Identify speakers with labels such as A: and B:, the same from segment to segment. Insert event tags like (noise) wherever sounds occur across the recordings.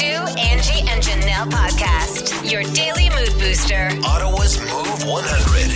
A: Angie and Janelle podcast, your daily mood booster.
B: Ottawa's Move 100.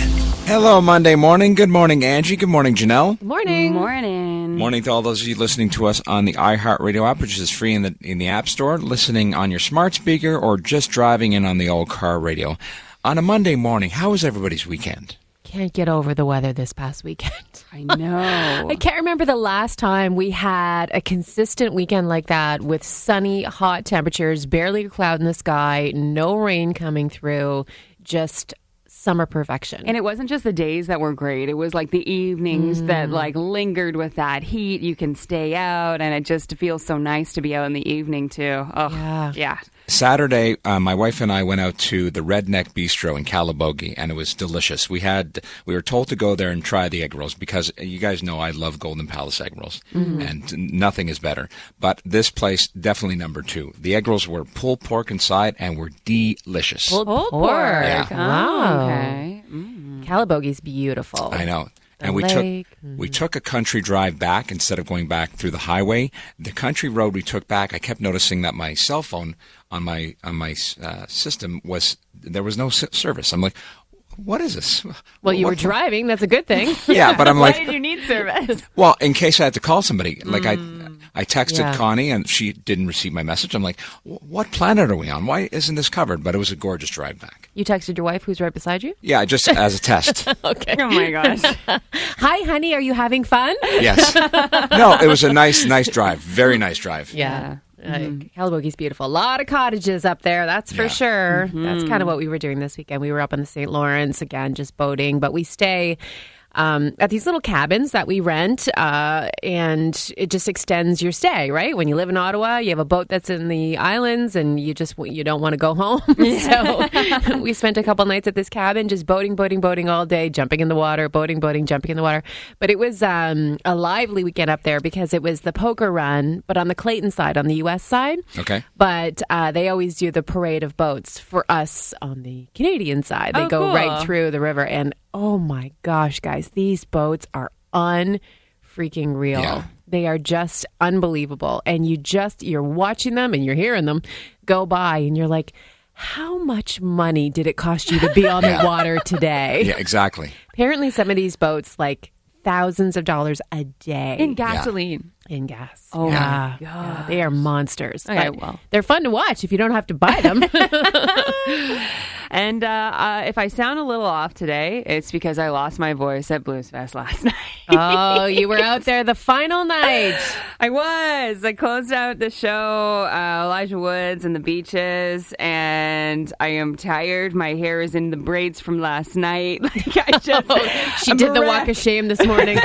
C: Hello, Monday morning. Good morning, Angie. Good morning, Janelle.
D: Morning.
E: Morning.
C: Morning to all those of you listening to us on the iHeartRadio app, which is free in the in the App Store, listening on your smart speaker, or just driving in on the old car radio. On a Monday morning, how was everybody's weekend?
D: Can't get over the weather this past weekend. (laughs)
E: I know.
D: I can't remember the last time we had a consistent weekend like that with sunny, hot temperatures, barely a cloud in the sky, no rain coming through, just summer perfection.
E: and it wasn't just the days that were great. It was like the evenings that like lingered with that heat. You can stay out and it just feels so nice to be out in the evening too. Oh, yeah.
C: Saturday, uh, my wife and I went out to the Redneck Bistro in Calabogie, and it was delicious. We had we were told to go there and try the egg rolls because uh, you guys know I love Golden Palace egg rolls, and nothing is better. But this place definitely number two. The egg rolls were pulled pork inside and were delicious.
D: Pulled pork.
C: Yeah.
E: Oh,
D: Wow.
E: okay. Mm.
D: Calabogie's beautiful.
C: I know.
D: The
C: and we
D: lake. Mm-hmm.
C: took we took a country drive back instead of going back through the highway. The country road we took back, I kept noticing that my cell phone on my on my uh, system was there was no s- service. I'm like, what is this?
D: Well, you
C: What
D: (laughs) were
C: the-
D: driving. That's a good (laughs) thing.
C: Yeah, but I'm
E: Why
C: like,
E: did you need (laughs) service?
C: well, in case I had to call somebody, like I I texted
D: Mm. Yeah.
C: Connie and she didn't receive my message. I'm like, "Wh- what planet are we on? Why isn't this covered? But it was a gorgeous drive back.
D: You texted your wife who's right beside you?
C: Yeah, just as a
D: (laughs)
C: test.
E: oh my (laughs) gosh.
D: Hi, honey. Are you having (laughs) fun?
C: yes. No, it was a nice nice drive. Very nice drive.
D: Yeah. Like, Calabogie's mm-hmm. beautiful. A lot of cottages up there, that's for
C: Yeah.
D: sure. That's kind of what we were doing this weekend. We were up on the St. Lawrence again, just boating, but we stay. Um, at these little cabins that we rent, uh, and it just extends your stay, right? When you live in Ottawa, you have a boat that's in the islands, and you just you don't want to go home. (laughs) so (laughs) we spent a couple nights at this cabin, just boating, boating, boating all day, jumping in the water, boating, boating, jumping in the water. But it was um, a lively weekend up there because it was the poker run, but on the Clayton side, on the U.S. side
C: Okay.
D: but uh, they always do the parade of boats for us on the Canadian side. They
E: Oh,
D: go
E: cool.
D: right through the river, and oh my gosh, guys, these boats are un freaking real.
C: Yeah.
D: They are just unbelievable, and you just you're watching them and you're hearing them go by, and you're like. How much money did it cost you to be on
C: (laughs) Yeah.
D: the water today?
C: Yeah, exactly.
D: Apparently, some of these boats like thousands of dollars a day
E: In gasoline.
D: in gas.
E: Oh my
D: yeah. Yeah, they are monsters.
E: Okay,
D: But
E: well.
D: they're fun to watch if you don't have to buy them.
E: And uh, uh, if I sound a little off today, it's because I lost my voice at Blues Fest last (laughs) night.
D: (laughs) oh, you were out there the final night. (laughs)
E: I was. I closed out the show, uh, Elijah Woods and the beaches, and I am tired. My hair is in the braids from last night. (laughs) Like
D: (laughs)
E: I just,
D: She
E: I'm
D: did
E: a
D: the
E: wreck
D: walk of shame this (laughs) morning.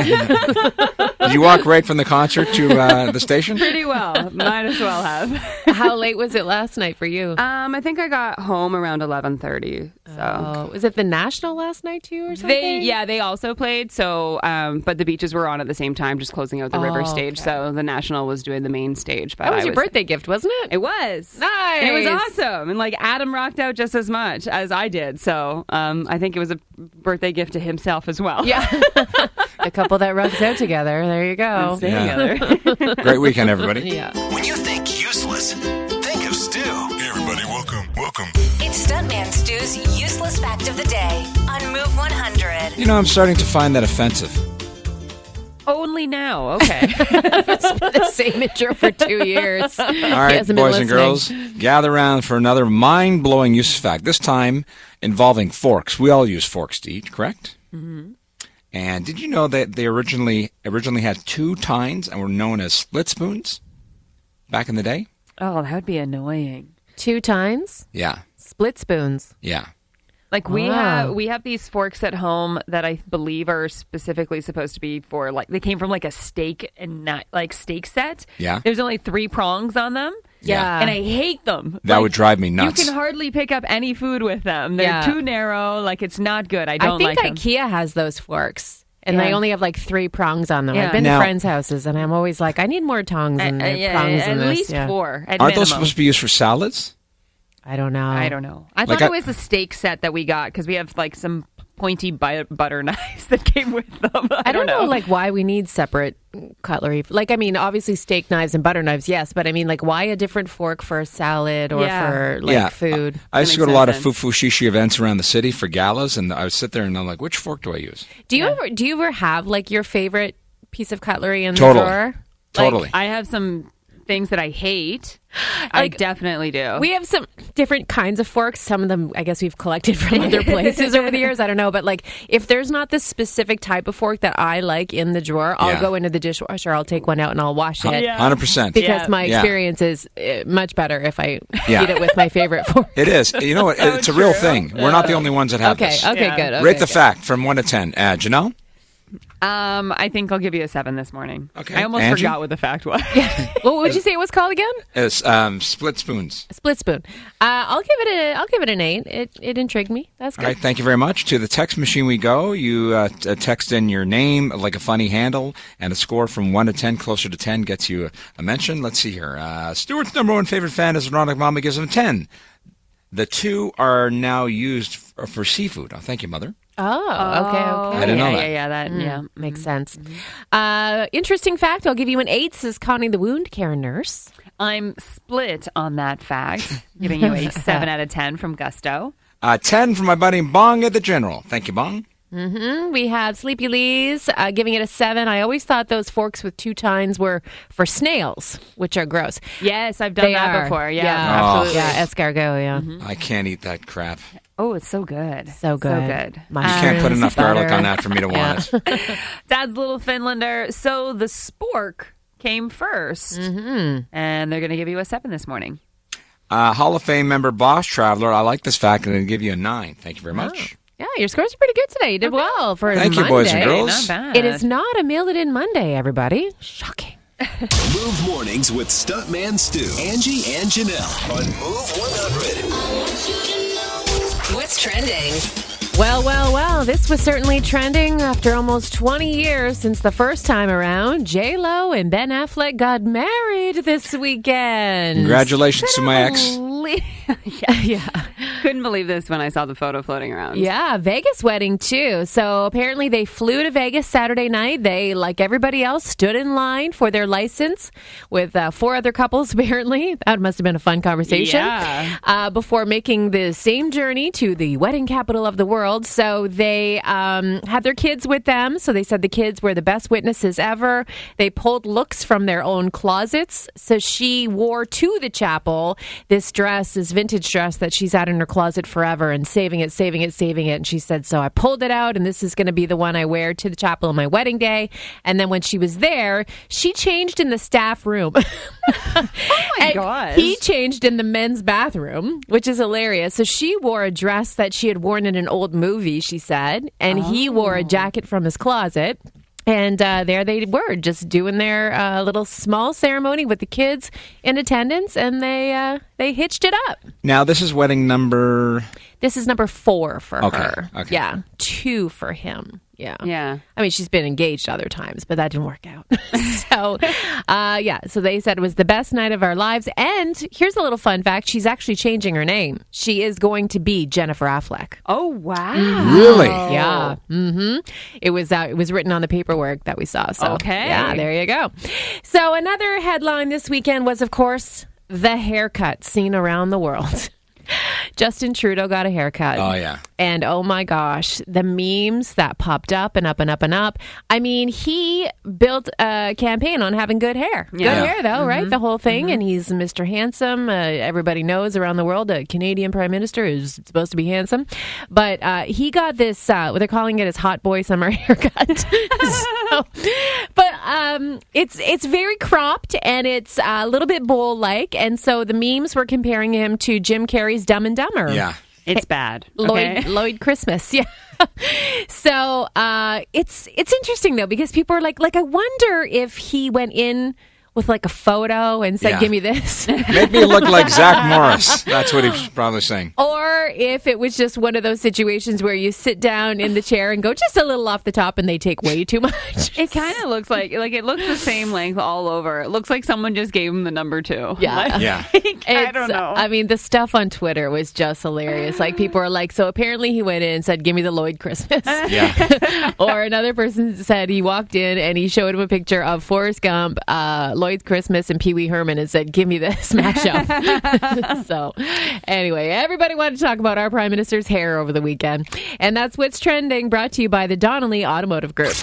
C: Did you walk right from the concert to uh, the station?
E: pretty well. Might as
D: (laughs)
E: well have.
D: How late was it last night for you?
E: Um, I think I got home around eleven thirty. So.
D: oh, was it the national last night too, or something?
E: They yeah they also played so um but the beaches were on at the same time just closing out the river
D: Oh,
E: stage so the national was doing the main stage but
D: That was
E: I
D: your birthday gift, wasn't it?
E: It was.
D: Nice.
E: And it was awesome. And like Adam rocked out just as much as I did. So um, I think it was a birthday gift to himself as well. (laughs)
D: yeah. (laughs) the couple that rocks out together. There you go.
E: Stay
C: Yeah.
E: together.
C: Great weekend, everybody.
D: Yeah.
B: When you think useless, think of Stu. Hey, everybody, welcome. Welcome.
A: It's Stuntman Stu's useless fact of the day on Move 100.
C: You know, I'm starting to find that offensive.
E: (laughs) Only now.
C: (laughs)
D: (laughs)
E: Okay.
D: the same intro for two years. All
C: All right, boys and girls, gather around for another mind blowing use fact, this time involving forks. We all use forks to eat, correct? Mm-hmm. And did you know that they originally originally had two tines and were known as split spoons back in the day?
E: oh, that would be annoying.
D: Two times,
C: Yeah,
D: split spoons.
C: yeah.
E: Like we
C: Ah.
D: Wow.
E: have we have these forks at home that I believe are specifically supposed to be for like they came from like a steak and not like steak set.
C: Yeah.
E: There's only three prongs on them.
C: Yeah.
E: And I hate them.
C: That would drive me nuts.
E: You can hardly pick up any food with them. They're
D: Yeah.
E: too narrow. Like it's not good. I don't
D: I think
E: like them.
D: IKEA has those forks. And
E: Yeah.
D: they only have like three prongs on them.
E: Yeah.
D: I've been
C: Now-
D: to friends' houses, and I'm always like, I need more tongs and
E: Uh, uh,
D: prongs
E: at
D: in this.
E: least
D: yeah.
E: four. At
C: Aren't
E: minimum.
C: those supposed to be used for salads?
D: I don't know.
E: I don't know. I
C: Like
E: thought
C: I-
E: it was the steak set that we got because we have like some pointy bu- butter (laughs) knives that came with them. (laughs) I,
D: I don't know, like why we need separate cutlery. Like, I mean, obviously steak knives and butter knives, yes, but I mean, like, why a different fork for a salad or
E: Yeah.
D: for like
C: yeah,
D: food?
C: I, I used to go
E: makes
C: to a lot
E: no
C: of
E: sense.
C: fufu shishi events around the city for galas, and I would sit there and I'm like, which fork do I use?
D: do you ever do you ever have like your favorite piece of cutlery in
C: Totally.
D: the drawer?
C: Totally.
E: I have some things that I hate. I
D: Like,
E: definitely do.
D: We have some different kinds of forks. Some of them, I guess, we've collected from other
E: (laughs)
D: places over the years. I don't know. But, like, if there's not this specific type of fork that I like in the drawer, I'll
C: Yeah.
D: go into the dishwasher, I'll take one out, and I'll wash it.
E: Yeah.
C: 100%.
D: Because
E: Yeah.
D: my
C: Yeah.
D: experience is uh, much better if I
C: Yeah.
D: eat it with my
C: (laughs)
D: favorite fork.
C: It is. You know what? it's a real thing. We're not the only ones that have
D: Okay,
C: this.
D: okay,
E: Yeah.
D: good. Okay,
C: Rate the
D: good.
C: fact from 1 to 10. Uh, Janelle?
E: um, I think I'll give you a seven this morning.
C: Okay.
E: I almost
C: Angie?
E: forgot what the fact was. (laughs)
D: What would you say it was called again?
C: It's um, split spoons.
D: Split spoon. Uh, I'll give it a. I'll give it an eight. It it intrigued me. That's
C: All
D: good.
C: right, thank you very much. To the text machine we go. You uh, t- uh, text in your name, like a funny handle, and a score from 1 to 10, closer to 10, gets you a, a mention. Let's see here. Uh, Stuart's number one favorite fan is Veronica Mama, gives him 10. The two are now used f- for seafood. Oh, thank you, Mother.
D: Oh, okay, okay.
C: I didn't
E: yeah,
C: know that.
E: Yeah, yeah,
D: Hmm.
E: that. Yeah.
D: Makes sense.
E: Mm-hmm.
D: Uh, interesting fact. I'll give you an eight. Says Connie the Wound Care Nurse.
E: I'm split on that fact, giving
D: (laughs)
E: you a seven out of ten from Gusto.
C: Uh, 10 from my buddy Bong at the General. Thank you, Bong.
D: We had Sleepy Lee's uh, giving it a seven. I always thought those forks with two tines were for snails, which are gross.
E: Yes, I've done
D: They
E: that
D: are.
E: before. Yeah,
D: Yeah.
C: Oh.
E: absolutely.
D: Yeah, escargot. Yeah,
C: I can't eat that crap. You
E: Oh, it's so good.
D: so good.
E: So
C: can't
E: good.
C: put
D: Mushrooms,
C: enough garlic
D: Um, butter.
C: on that for me to
D: (laughs) Yeah.
C: want it.
E: Dad's little Finlander. So the spork came 1st and they're going to give you a seven this morning.
C: Uh, Hall of Fame member Boss Traveler, I like this fact, and I give you a nine. Thank you very much.
D: Yeah, your scores are pretty good today. You did well for
C: Thank you,
D: Monday.
C: boys and girls.
E: Not bad.
D: It is not a mailed in Monday, everybody. Shocking.
B: Move mornings with Stuntman Stu, Angie, and Janelle on Move 100.
A: What's trending?
D: Well, well, well, this was certainly trending after almost 20 years since the first time around. J-Lo and Ben Affleck got married this weekend.
C: Congratulations to my ex.
D: (laughs) yeah.
E: Couldn't believe this when I saw the photo floating around.
D: Yeah, Vegas wedding too. So apparently they flew to Vegas Saturday night. They, like everybody else, stood in line for their license with uh, four other couples, (laughs) apparently. That must have been a fun conversation.
E: Yeah.
D: Uh, before making the same journey to the wedding capital of the world. So they um, had their kids with them. So they said the kids were the best witnesses ever. They pulled looks from their own closets. So she wore to the chapel this dress, this vintage dress that she's had in her closet forever and saving it, saving it, saving it. And she said, So I pulled it out, and this is going to be the one I wear to the chapel on my wedding day. And then when she was there, she changed in the staff room. (laughs)
E: my
D: And
E: gosh.
D: He changed in the men's bathroom, which is hilarious. So she wore a dress that she had worn in an old movie, she said, and he wore a jacket from his closet. And uh, there they were, just doing their uh, little small ceremony with the kids in attendance, and they uh, they hitched it up.
C: Now, this is wedding number.
D: This is number four for
C: Okay,
D: her.
C: okay.
D: Yeah, two for him. Yeah.
E: Yeah.
D: I mean, she's been engaged other times, but that didn't work out. (laughs) so, uh, yeah. So they said it was the best night of our lives. And here's a little fun fact: she's actually changing her name. She is going to be Jennifer Affleck.
E: Oh, wow.
C: Really?
E: Oh.
D: Oh. Yeah. hmm It was uh, it was written on the paperwork that we saw. So
E: Okay.
D: Yeah, there you go. So another headline this weekend was, of course, the haircut seen around the world. (laughs) Justin Trudeau got a haircut.
C: Oh, yeah.
D: And oh my gosh, the memes that popped up and up and up and up. I mean, he built a campaign on having good hair.
E: Yeah. Mm-hmm.
D: Good hair, though, right? The whole thing. And he's Mr. Handsome. Uh, everybody knows around the world a Canadian prime minister is supposed to be handsome. But uh, he got this, uh, what they're calling it his hot boy summer (laughs) haircut. So- but um, it's it's very cropped and it's uh, a little bit bowl like. And so the memes were comparing him to Jim Carrey's Dumb and Dumber.
C: Yeah.
E: It's bad.
D: Lloyd
E: (laughs) okay?
D: Lloyd Christmas. (laughs) Yeah. so uh, it's it's interesting though because people are like like I wonder if he went in with like a photo and said,
C: Yeah.
D: "Give me
E: (laughs)
D: this."
C: Make me look like Zach Morris. That's what he's probably saying.
D: Or if it was just one of those situations where you sit down in the chair and go just a little off the top and they take way too much.
E: (laughs) It kind of looks like like it looks the same length all over. It looks like someone just gave him the number two.
D: Yeah.
C: Yeah.
E: (laughs) I
D: It's-
E: don't know.
D: I mean, the stuff on Twitter was just hilarious. Like people are like, so apparently he went in and said, "Give me the Lloyd
E: (laughs)
D: Christmas,"
C: Yeah.
D: or another person said he walked in and he showed him a picture of Forrest Gump, uh, Lloyd Christmas, and Pee Wee Herman, and said, "Give me this (laughs) mashup." (laughs) so, anyway, everybody wanted to talk about our prime minister's hair over the weekend, and that's what's trending. Brought to you by the Donnelly Automotive Group.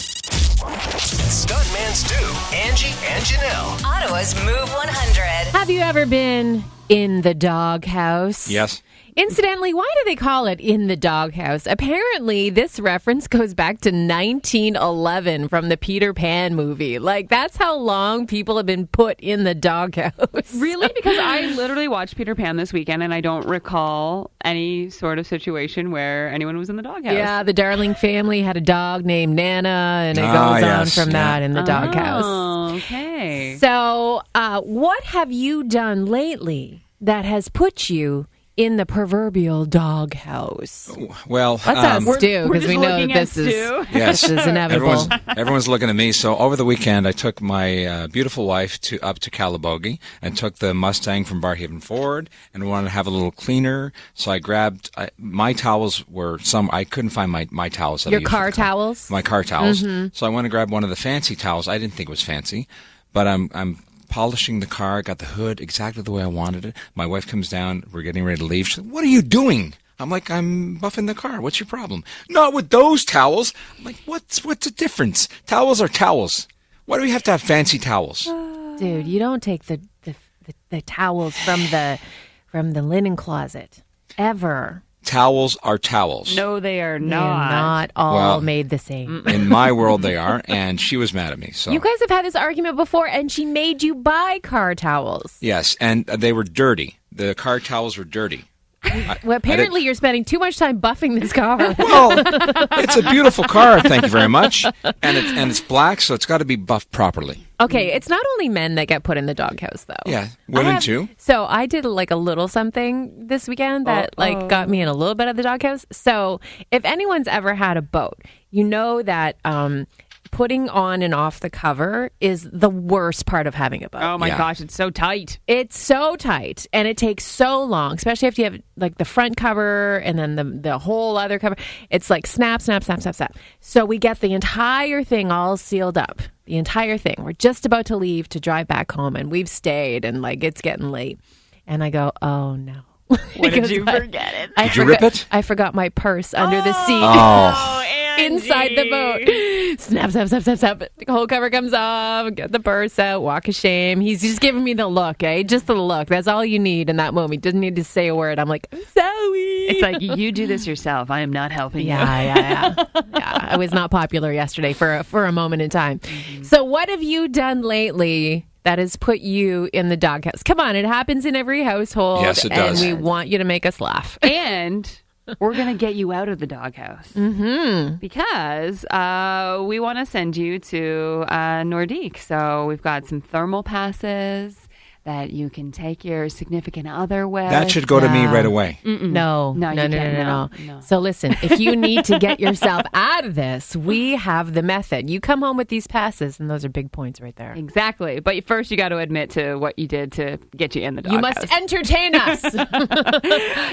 B: Stuntman Stu, Angie, and Janelle.
A: Ottawa's Move 100.
D: Have you ever been in the doghouse?
C: Yes.
D: Incidentally, why do they call it in the doghouse? Apparently, this reference goes back to 1911 from the Peter Pan movie. Like, that's how long people have been put in the doghouse.
E: Really? Because I literally watched Peter Pan this weekend and I don't recall any sort of situation where anyone was in the doghouse.
D: Yeah, the Darling family had a dog named Nana, and it
C: Ah,
D: goes
C: yes,
D: on from
C: yeah.
D: that in the doghouse.
E: Oh, okay.
D: So, uh, what have you done lately that has put you in the proverbial doghouse?
C: Well,
D: Let's
C: um,
D: ask Stu
E: we're
D: because
E: just
D: we know
E: looking at
D: this is
E: Stu.
C: Yes.
D: this is inevitable.
C: Everyone's, everyone's looking at me. So over the weekend, I took my uh, beautiful wife to up to Calabogie and took the Mustang from Barhaven Ford and wanted to have a little cleaner. So I grabbed I, my towels were some I couldn't find my my towels. that I
D: Your
C: use for
D: car
C: the
D: towels?
C: My car towels.
D: Mm-hmm.
C: So I went to grab one of the fancy towels. I didn't think it was fancy, but I'm I'm polishing the car. Got the hood exactly the way I wanted it. My wife comes down. We're getting ready to leave. She's like, "What are you doing?" I'm like, "I'm buffing the car. What's your problem?" Not with those towels. I'm like, "What's what's the difference? Towels are towels. Why do we have to have fancy towels?"
D: Uh, Dude, you don't take the, the, the, the towels from the from the linen closet ever.
C: towels are towels.
E: No, they are
D: They're
E: not.
D: not all
C: Well-
D: made the same.
C: (laughs) In my world, they are, and she was mad at me. So
D: You guys have had this argument before, and she made you buy car towels.
C: yes, and they were dirty. The car towels were
D: (laughs)
C: dirty. I-
D: Well,
C: I didn't-
D: apparently you're spending too much time buffing this car. (laughs)
C: Well, it's a beautiful car. Thank you very much. And it's and it's black, so it's got to be buffed properly.
D: Okay, it's not only men that get put in the doghouse, though.
C: Yeah,
D: I
C: women
D: have-
C: too.
D: So I did like a little something this weekend that like got me in a little bit of the doghouse. So if anyone's ever had a boat, you know that um, putting on and off the cover is the worst part of having a boat.
E: Oh my
C: Yeah.
E: gosh, it's so tight.
D: It's so tight and it takes so long, especially if you have like the front cover and then the the whole other cover. It's like snap, snap, snap, snap, snap. So we get the entire thing all sealed up. The entire thing. We're just about to leave to drive back home and we've stayed and like it's getting late. And I go, "Oh no." (laughs)
E: What did
D: Because
E: you
D: I-
E: forget it?
D: I
C: Did you rip
D: forgot-
C: it?
D: I forgot my purse under the seat (laughs)
C: Oh,
D: inside the boat. (laughs) Snap, snap, snap, snap, snap. The whole cover comes off. Get the purse out. Walk of shame. He's just giving me the look, eh? Just the look. That's all you need in that moment. Didn't need to say a word. I'm like, I'm sorry.
E: It's like you do this yourself. I am not helping
D: yeah, yeah, yeah. (laughs) yeah. I was not popular yesterday for a, for a moment in time. So, what have you done lately? That has put you in the doghouse. Come on, it happens in every household.
C: Yes, it does.
D: And we want you to make us laugh.
E: you. And we're gonna get you out of the doghouse mm-hmm. because uh, we want to send you to uh, Nordique. So we've got some thermal passes that you can take your significant other with.
C: that should go to me right away.
D: No,
E: No,
D: no,
E: you
D: no, no,
E: can't.
D: no, no,
E: No, no.
D: So listen, if you need to
E: (laughs)
D: get yourself out of this, we have the method. You come home with these passes, and those are big points right there.
E: Exactly. But first, you got to admit to what you did to get you in the doghouse.
D: You must entertain
E: (laughs)
D: us.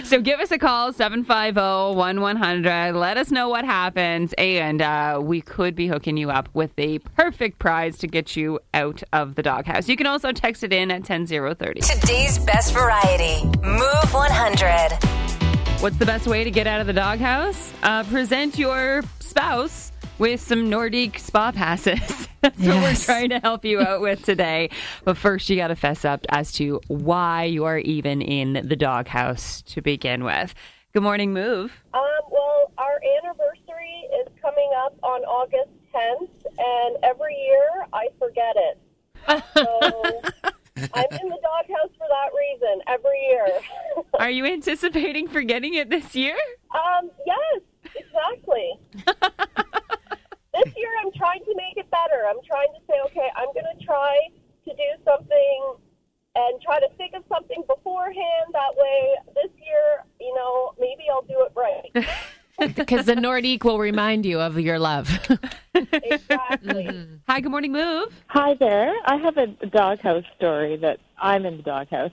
E: So give us a call, oh, 750-1100. Let us know what happens. And uh, we could be hooking you up with the perfect prize to get you out of the doghouse. You can also text it in at 10030.
A: Today's best variety. Move 100.
E: What's the best way to get out of the doghouse? Uh, present your spouse with some Nordique spa passes. (laughs) That's what we're
D: Yes.
E: trying to help you out with today. But first, you got to fess up as to why you are even in the doghouse to begin with. Good morning, Move.
F: Um, well, our anniversary is coming up on August 10th, and every year I forget it. So I'm in the doghouse for that reason every year.
E: Are you anticipating forgetting it this year?
F: um, yes, exactly. this year I'm trying to make it better. I'm trying to say, okay, I'm going to try to do some and try to think of something beforehand. That way, this year, you know, maybe I'll do it right.
D: Because the Nordique will remind you of your love.
F: Exactly.
E: Hi, good morning, move.
G: Hi there. I have a doghouse story that I'm in the doghouse.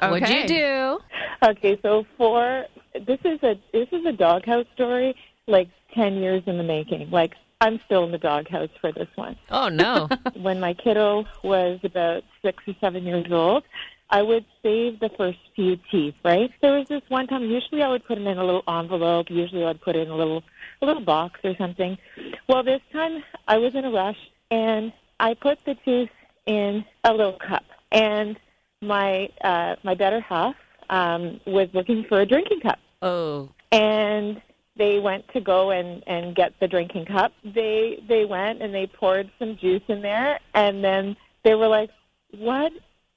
D: What'd you
E: Okay.
D: do?
G: Okay, so for this is a this is a doghouse story like 10 years in the making. Like I'm still in the doghouse for this one.
D: Oh, no.
G: when my kiddo was about six or seven years old, I would save the first few teeth, right? There was this one time, usually I would put them in a little envelope, usually I'd put it in a little, a little box or something. Well, this time I was in a rush and I put the tooth in a little cup and my, uh, my better half, um, was looking for a drinking cup
E: Oh.
G: and they went to go and and get the drinking cup they they went and they poured some juice in there and then they were like what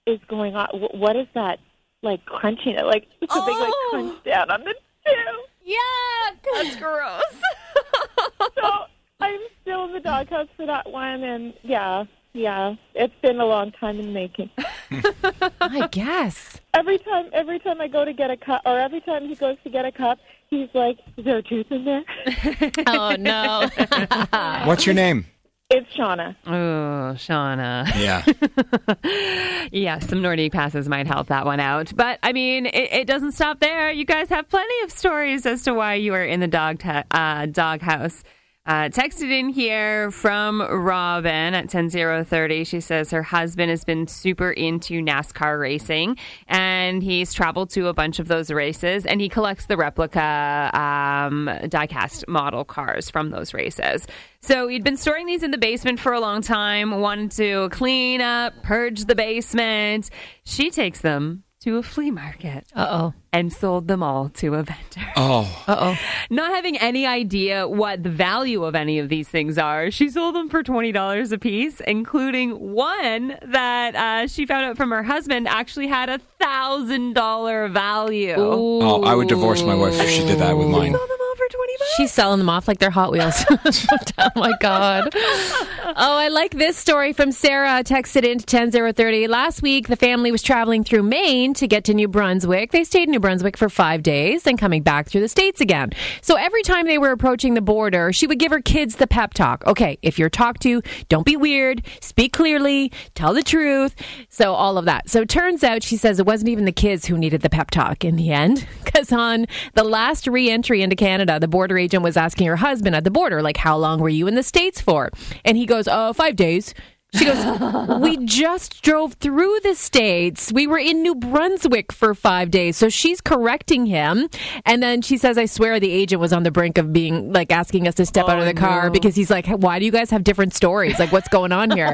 G: is going on Wh- what is that like crunching it like (laughs) so they like
E: Oh.
G: crunched down on the tube
E: Yeah, that's gross.
G: (laughs) so i'm still in the doghouse for that one and yeah yeah it's been a long time in the making
D: (laughs) I guess.
G: every time every time i go to get a cup or every time he goes to get a cup he's like is there a tooth in there (laughs)
D: Oh, no.
C: What's your name?
G: it's shauna
E: Oh, Shauna.
C: Yeah.
E: Yeah, some Nordic passes might help that one out. But I mean, it, it doesn't stop there. You guys have plenty of stories as to why you are in the dog ta- uh, doghouse. Uh, texted in here from Robin at 10030. She says her husband has been super into NASCAR racing and he's traveled to a bunch of those races and he collects the replica um, diecast model cars from those races. So he'd been storing these in the basement for a long time, wanted to clean up, purge the basement. She takes them to a flea market
D: Uh oh.
E: and sold them all to a vendor.
C: Oh,
D: Uh oh.
E: Not having any idea what the value of any of these things are, she sold them for $20 a piece, including one that uh, she found out from her husband actually had a $1,000 value.
C: oh! I would divorce my wife if she did that with mine.
E: Sold them all for 20 bucks.
D: She's selling them off like they're Hot Wheels. (laughs) oh my god! Oh, I like this story from Sarah. Texted in to ten zero thirty. Last week, the family was traveling through Maine to get to New Brunswick. They stayed in New Brunswick for five days, then coming back through the states again. So every time they were approaching the border, she would give her kids the pep talk. Okay, if you're talked to, don't be weird. Speak clearly. Tell the truth. So all of that. So it turns out she says it wasn't even the kids who needed the pep talk in the end, (laughs) because on the last re-entry into Canada, the border agent was asking her husband at the border, like, "How long were you in the states for?" And he goes, "Oh, five days." She goes, "We just drove through the states. We were in New Brunswick for five days." So she's correcting him, and then she says, "I swear the agent was on the brink of being like asking us to step out of the car because he's like, why do you guys have different stories? Like, what's going on here?"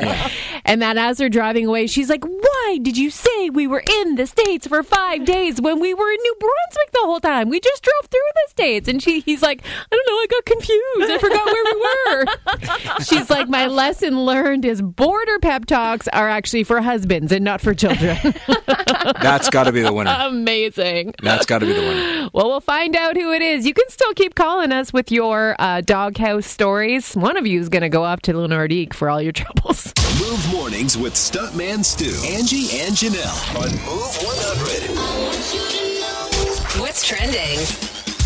D: and then as they're driving away, she's like, "Why did you say we were in the states for five days when we were in New Brunswick the whole time? We just drove through the states." And she, he's like, "I don't know. I got confused. I forgot where we were." she's like, "My lesson learned is border pep talks are actually for husbands and not for children."
C: That's got to be the winner.
D: Amazing.
C: That's got to be the winner.
D: Well, we'll find out who it is. You can still keep calling us with your uh, doghouse stories. One of you is going to go off to Le Nordique for all your (laughs) troubles.
B: Move mornings with Stuntman Stu, Angie, and Janelle on Move 100.
A: What's trending?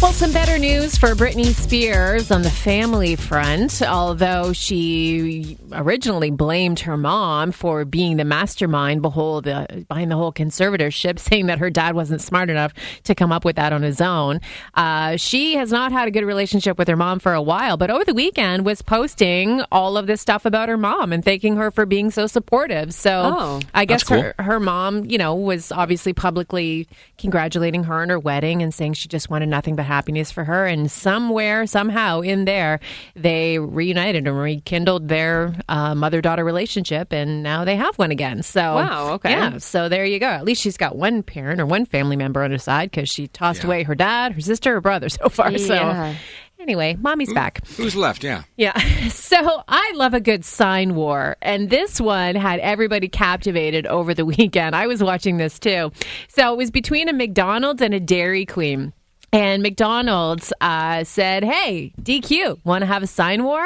D: Well, some better news for Britney Spears on the family front. Although she originally blamed her mom for being the mastermind behold, the, behind the whole conservatorship, (laughs) saying that her dad wasn't smart enough to come up with that on his own, uh, she has not had a good relationship with her mom for a while. But over the weekend, was posting all of this stuff about her mom and thanking her for being so supportive. So
E: Oh.
D: I guess
C: That's cool.
D: her her mom, you know, was obviously publicly congratulating her on her wedding and saying she just wanted nothing but happiness for her. And somewhere, somehow, in there, they reunited and rekindled their uh, mother daughter relationship, and now they have one again. So
E: Wow, okay.
D: yeah. So there you go. At least she's got one parent or one family member on her side because she tossed
C: Yeah.
D: away her dad, her sister, her brother so far.
E: Yeah.
D: So. Anyway, mommy's back.
C: Who's left? Yeah.
D: Yeah. (laughs) So I love a good sign war. And this one had everybody captivated over the (laughs) weekend. I was watching this too. So it was between a McDonald's and a Dairy Queen. And McDonald's uh, said, Hey, DQ, want to have a sign war?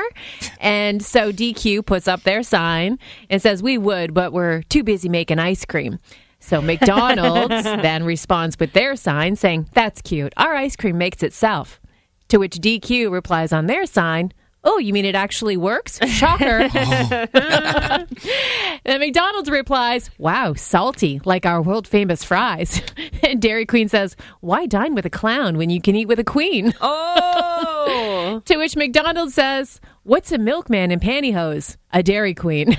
D: And so DQ puts up their sign and says, We would, but we're too busy making ice cream. So McDonald's then responds with their sign saying, That's cute. Our ice cream makes itself. To which DQ replies on their sign, Oh, you mean it actually works? Shocker. (laughs) And McDonald's replies, Wow, salty, like our world famous fries. (laughs) and Dairy Queen says, Why dine with a clown when you can eat with a queen?
E: (laughs) Oh,
D: To which McDonald's says, What's a milkman in pantyhose? A Dairy Queen. (laughs)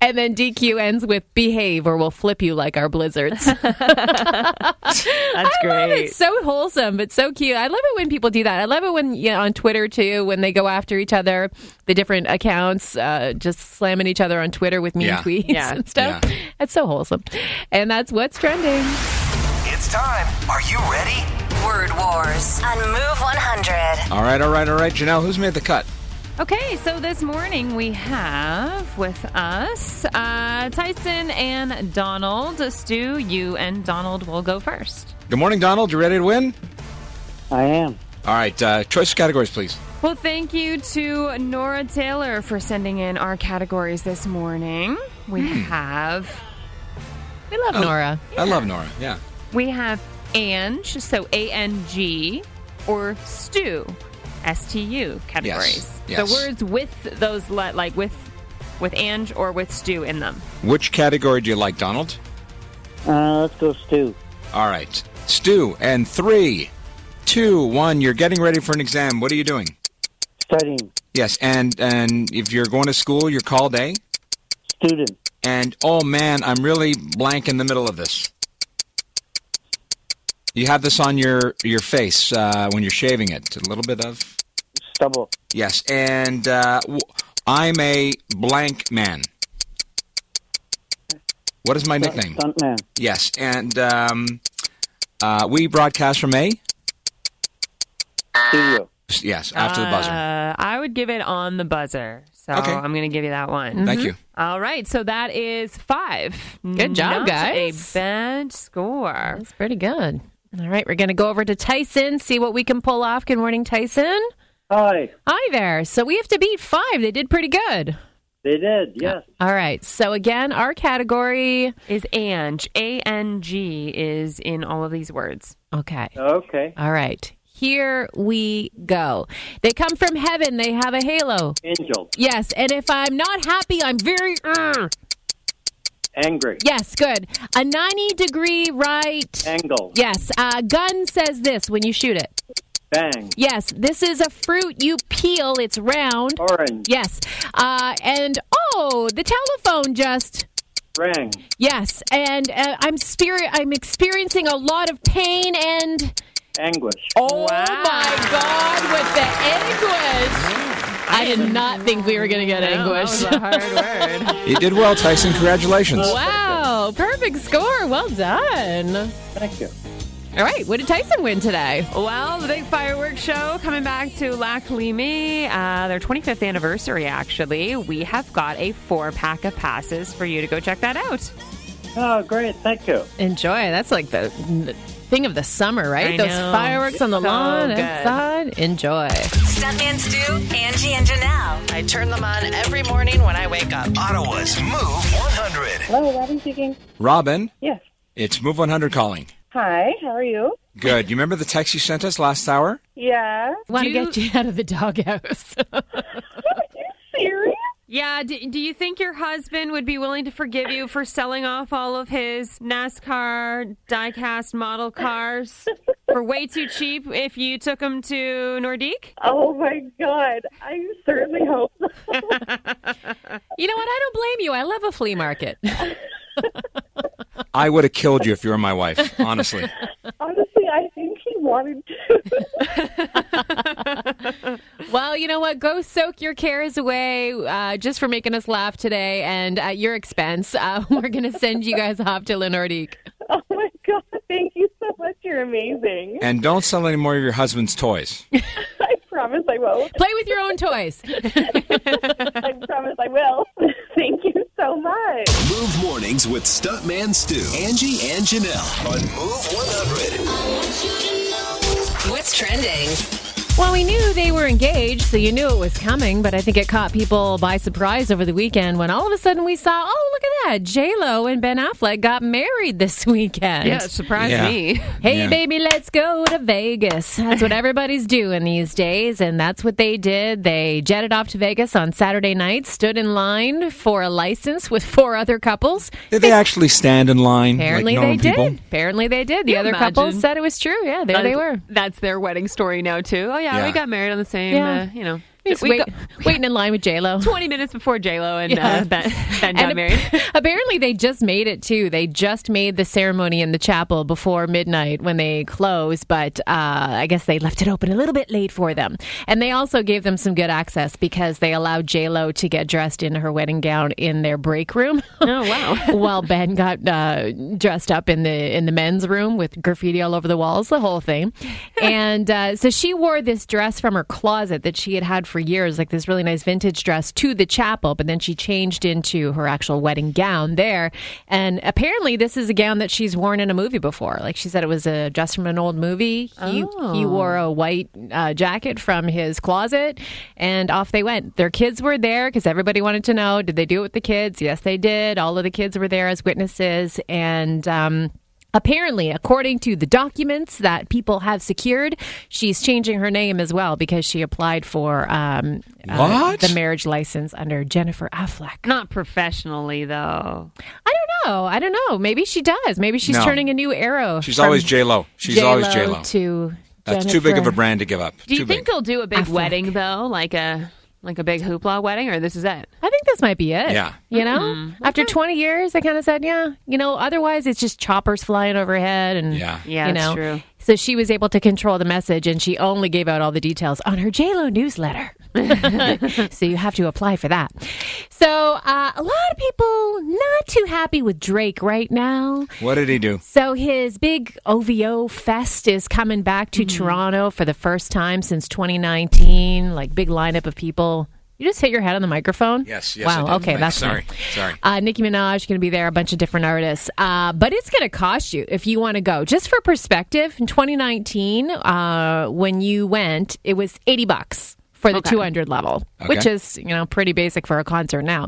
D: and then DQ ends with, Behave or we'll flip you like our blizzards.
E: that's
D: I love
E: great.
D: it. So wholesome, but so cute. I love it when people do that. I love it when you know, on Twitter too, when they go after each other, the different accounts uh, just slamming each other on Twitter with mean
C: Yeah.
D: tweets
E: Yeah.
D: and stuff.
C: Yeah.
D: That's so wholesome, and that's what's trending.
B: It's time. Are you ready?
A: Word Wars on Move 100.
C: All right, all right, all right. Janelle, who's made the cut?
E: Okay, so this morning we have with us uh, Tyson and Donald. Stu, you and Donald will go first.
C: Good morning, Donald. You ready to win?
H: I am.
C: All right, uh, choice categories, please.
E: Well, thank you to Nora Taylor for sending in our categories this morning. We have
D: Mm.
E: Oh.
D: We love Nora.
C: I love Nora. Yeah.
E: we have Ange, so A N G, or Stew, S T U categories.
C: yes.
E: So words with those le- like with with Ange or with Stew in them.
C: Which category do you like, Donald?
H: Uh, let's go Stu.
C: All right, Stu. And three, two, one. You're getting ready for an exam. What are you doing?
H: Studying.
C: Yes, and and if you're going to school, you're called a.
H: Student.
C: And oh man, I'm really blank in the middle of this. You have this on your your face uh, when you're shaving it. A little bit of
H: Stubble.
C: yes, and uh, w- I'm a blank man. What is my nickname?
H: Stuntman.
C: Yes, and um, uh, we broadcast from a
H: Studio.
C: yes after the buzzer.
E: Uh, I would give it on the buzzer. So
C: Okay.
E: I'm going to give you that one.
C: Thank you.
D: mm-hmm.
E: All right, so that is five.
D: Good job,
E: Not
D: guys.
E: A bad score.
D: That's pretty good. All right, we're going to go over to Tyson, see what we can pull off. Good morning, Tyson.
H: Hi.
D: Hi there. So we have to beat five. They did pretty good.
H: They did. Yes.
D: All right. So again, our category.
E: Is Ange. A N G is in all of these words.
D: Okay.
H: Okay.
D: All right. Here we go. They come from heaven. They have a halo.
H: Angel.
D: Yes. And if I'm not happy, I'm very. uh.
H: Angry.
D: Yes. Good. A 90 degree right.
H: Angle.
D: Yes. A gun says this when you shoot it.
H: Bang.
D: Yes. This is a fruit you peel. It's round.
H: Orange.
D: Yes. Uh, and oh, the telephone just.
H: Rang.
D: Yes. And uh, I'm spirit. I'm experiencing a lot of pain and.
H: Anguish.
D: Oh my God, with the anguish. I did not think we were going to get
E: Oh,
D: anguish.
E: hard word.
C: You did well, Tyson. Congratulations.
D: (laughs) Wow, perfect score. Well done.
H: Thank you.
D: All right, what did Tyson win today?
E: (laughs) Well, the big fireworks show coming back to Lac Limi, uh, their 25th anniversary, actually. We have got a four pack of passes for you to go check that out.
H: Oh, great. Thank you.
D: Enjoy. That's like the n- thing of the summer, right?
E: I
D: Those
E: know.
D: fireworks on the
E: So
D: lawn
E: good.
D: outside. Enjoy.
A: Stuntman Stu, Angie, and Janelle.
I: I turn them on every morning when I wake up.
B: Ottawa's Move 100.
F: Hello, Robin speaking.
C: Robin,
F: Yes.
C: it's Move 100 calling.
F: Hi, how are you?
C: Good. You remember the text you sent us last hour?
F: Yeah.
D: Want to
E: Do you-
D: get you out of the doghouse. (laughs)
F: Serious?
E: Yeah, do, do you think your husband would be willing to forgive you for selling off all of his NASCAR diecast (laughs) model cars for way too cheap if you took them to Nordique?
F: Oh my god. I certainly hope so.
D: you know what? I don't blame you. I love a flea (laughs) market.
C: I would have killed you if you were my wife, honestly.
F: (laughs) Honestly, I think he wanted to. (laughs)
D: Well, you know what? Go soak your cares away uh, just for making us laugh today and at your expense. Uh, (laughs) we're going to send you guys off to Lenordique.
F: oh my god, (laughs) thank you so much. You're amazing.
C: and don't sell any more of your husband's toys.
F: I promise I won't.
D: Play with your own toys.
F: I promise I will. (laughs) thank you so much.
B: Move mornings with Stuntman Stu, Angie, and Janelle on Move 100.
A: What's trending?
D: Well, we knew they were engaged, so you knew it was coming, but I think it caught people by surprise over the weekend when all of a sudden we saw, oh, look at that. J-Lo and Ben Affleck got married this (laughs) weekend.
E: Yeah, it surprised
C: Yeah.
E: me. (laughs)
D: Hey,
C: Yeah.
D: baby, let's go to Vegas. That's what everybody's doing these days, and that's what they did. They jetted off to Vegas on Saturday night, stood in line for a license with four other couples.
C: Did they actually stand in line? like
D: Apparently,
C: normal
D: they did.
C: people?
D: Apparently, they did. The
E: you
D: other
E: imagine?
D: couple said it was true. Yeah, there they were.
E: That's their wedding story now too. Oh yeah,
C: Yeah.
E: we got married on the same.
D: Yeah.
E: Uh, you know,
D: Just wait, waiting in line with J-Lo.
E: twenty minutes before J Lo and
D: Yeah.
E: uh, (laughs) Ben, ben
D: And
E: got married.
D: ap- (laughs) Apparently, they just made it too. They just made the ceremony in the chapel before midnight when they close, but uh, I guess they left it open a little bit late for them. And they also gave them some good access because they allowed J Lo to get dressed in her wedding gown in their break room. (laughs)
E: Oh, wow.
D: while Ben got uh, dressed up in the in the men's room with graffiti all over the walls, the whole
E: (laughs)
D: thing. And uh, so she wore this dress from her closet that she had had for years, like this really nice vintage dress, to the chapel. But then she changed into her actual wedding gown there. And apparently, this is a gown that she's worn in a movie before. Like she said, it was a dress from an old movie. He he wore a white uh, jacket from his closet, and off they went. Their kids were there because everybody wanted to know: Did they do it with the kids? Yes, they did. All of the kids were there as witnesses, and. Um, Apparently, according to the documents that people have secured, she's changing her name as well because she applied for um,
C: What?
D: the marriage license under Jennifer Affleck.
E: (laughs) Not professionally though.
D: I don't know. I don't know. Maybe she does. Maybe she's
C: No.
D: turning a new arrow.
C: She's
D: from
C: always J Lo. She's always J Lo.
D: To
C: That's too big of a
D: Jennifer.
C: brand to give up.
E: Do you
C: too
E: think
C: big.
E: they'll do a big
D: Affleck.
E: wedding though, like a like a big hoopla wedding, or this is it?
D: I think this might be it.
C: Yeah.
D: You know,
E: Mm-hmm.
D: after 20 years, I kind of said, yeah, you know, otherwise it's just choppers flying overhead. And,
C: Yeah.
E: Yeah,
D: you
E: that's
D: know,
E: true.
D: so she was able to control the message and she only gave out all the details on her JLo
E: (laughs)
D: newsletter. so you have to apply for that. So uh, a lot of people not too happy with Drake right now.
C: What did he do?
D: So his big OVO fest is coming back
C: Mm-hmm.
D: to Toronto for the first time since 2019. Like big lineup of people. You just hit your head on the microphone.
C: Yes, yes.
D: Wow.
C: I did.
D: Okay.
C: Thanks.
D: That's
C: sorry.
D: fine.
C: Sorry.
D: Uh, Nicki Minaj going to be there, a bunch of different artists, uh, but it's going to cost you if you want to go. Just for perspective, in 2019, uh, when you went, it was 80 bucks for the 200 level, which
C: Okay.
D: is you know pretty basic for a concert now.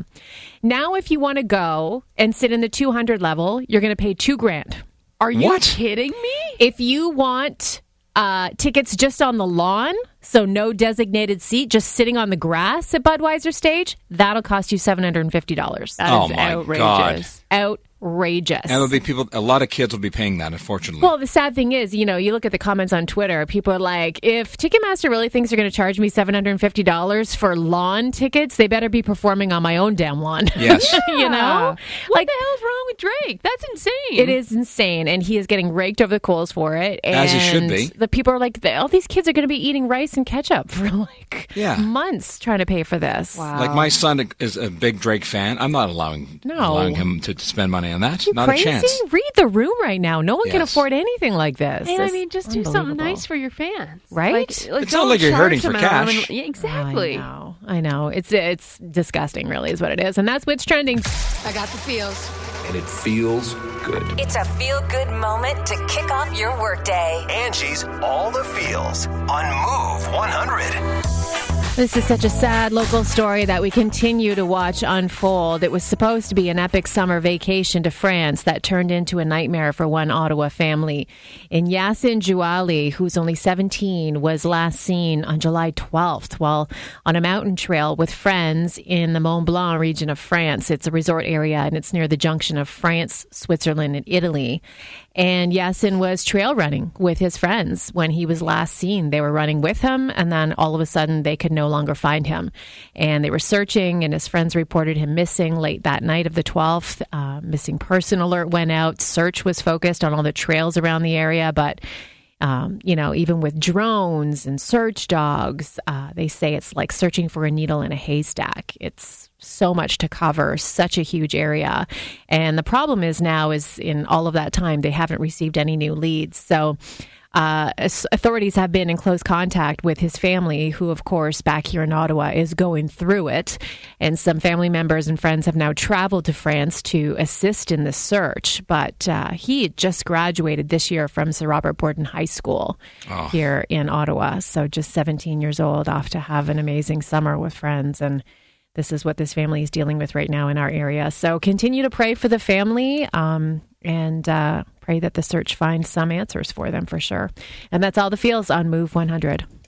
D: Now, if you want to go and sit in the 200 level, you're going to pay two grand.
E: Are you
C: What?
E: kidding me?
D: If you want uh, tickets just on the lawn, so no designated seat, just sitting on the grass at Budweiser stage, that'll cost you seven hundred and fifty dollars.
E: That is
C: Oh, my
E: outrageous.
D: Outrageous.
C: And there'll be people. A lot of kids will be paying that. Unfortunately.
D: Well, the sad thing is, you know, you look at the comments on Twitter, people are like, if Ticketmaster really thinks they're going to charge me $750 for lawn tickets, they better be performing on my own damn lawn. (laughs)
C: yes.
D: you know?
E: What
D: like,
E: the hell's wrong with Drake? That's insane.
D: it is insane, and he is getting raked over the coals for it. And
C: As he should be.
D: The people are like, all these kids are going to be eating rice and ketchup for (laughs) like
C: Yeah.
D: months trying to pay for this.
C: Like my son is a big Drake fan. I'm not allowing
D: No.
C: allowing him to spend money on that.
D: You
C: not
D: crazy?
C: a chance.
D: Read the room right now. No one can
C: Yes.
D: afford anything like this.
E: And I
D: It's
E: mean, just do something
D: unbelievable.
E: nice for your fans,
D: Right?
E: Like, like,
C: It's not
E: don't
C: like you're
E: charge
C: hurting for
E: them out
C: cash.
E: and- yeah, exactly.
D: I know. I know. It's it's disgusting, really, is what it is, and that's what's trending.
J: I got the feels.
K: and it feels good.
A: It's a feel good moment to kick off your workday.
B: Angie's All the Feels on Move 100.
D: This is such a sad local story that we continue to watch unfold. It was supposed to be an epic summer vacation to France that turned into a nightmare for one Ottawa family. And Yasin Jouali, who's only 17, was last seen on July 12th while on a mountain trail with friends in the Mont Blanc region of France. It's a resort area and it's near the junction of France, Switzerland, and Italy. And Yasin was trail running with his friends when he was last seen. They were running with him, and then all of a sudden they could no longer find him. And they were searching, and his friends reported him missing late that night of the 12th. Uh, missing person alert went out. Search was focused on all the trails around the area, but. Um, you know, even with drones and search dogs, uh, they say it's like searching for a needle in a haystack. It's so much to cover, such a huge area. And the problem is now is in all of that time they haven't received any new leads. So Uh, as- authorities have been in close contact with his family, who, of course, back here in Ottawa is going through it. And some family members and friends have now traveled to France to assist in the search. But uh, he had just graduated this year from Sir Robert Borden High School here in Ottawa. So just 17 years old, off to have an amazing summer with friends. And this is what this family is dealing with right now in our area. So continue to pray for the family um, and uh, pray that the search finds some answers for them for sure. And that's all the feels on Move 100.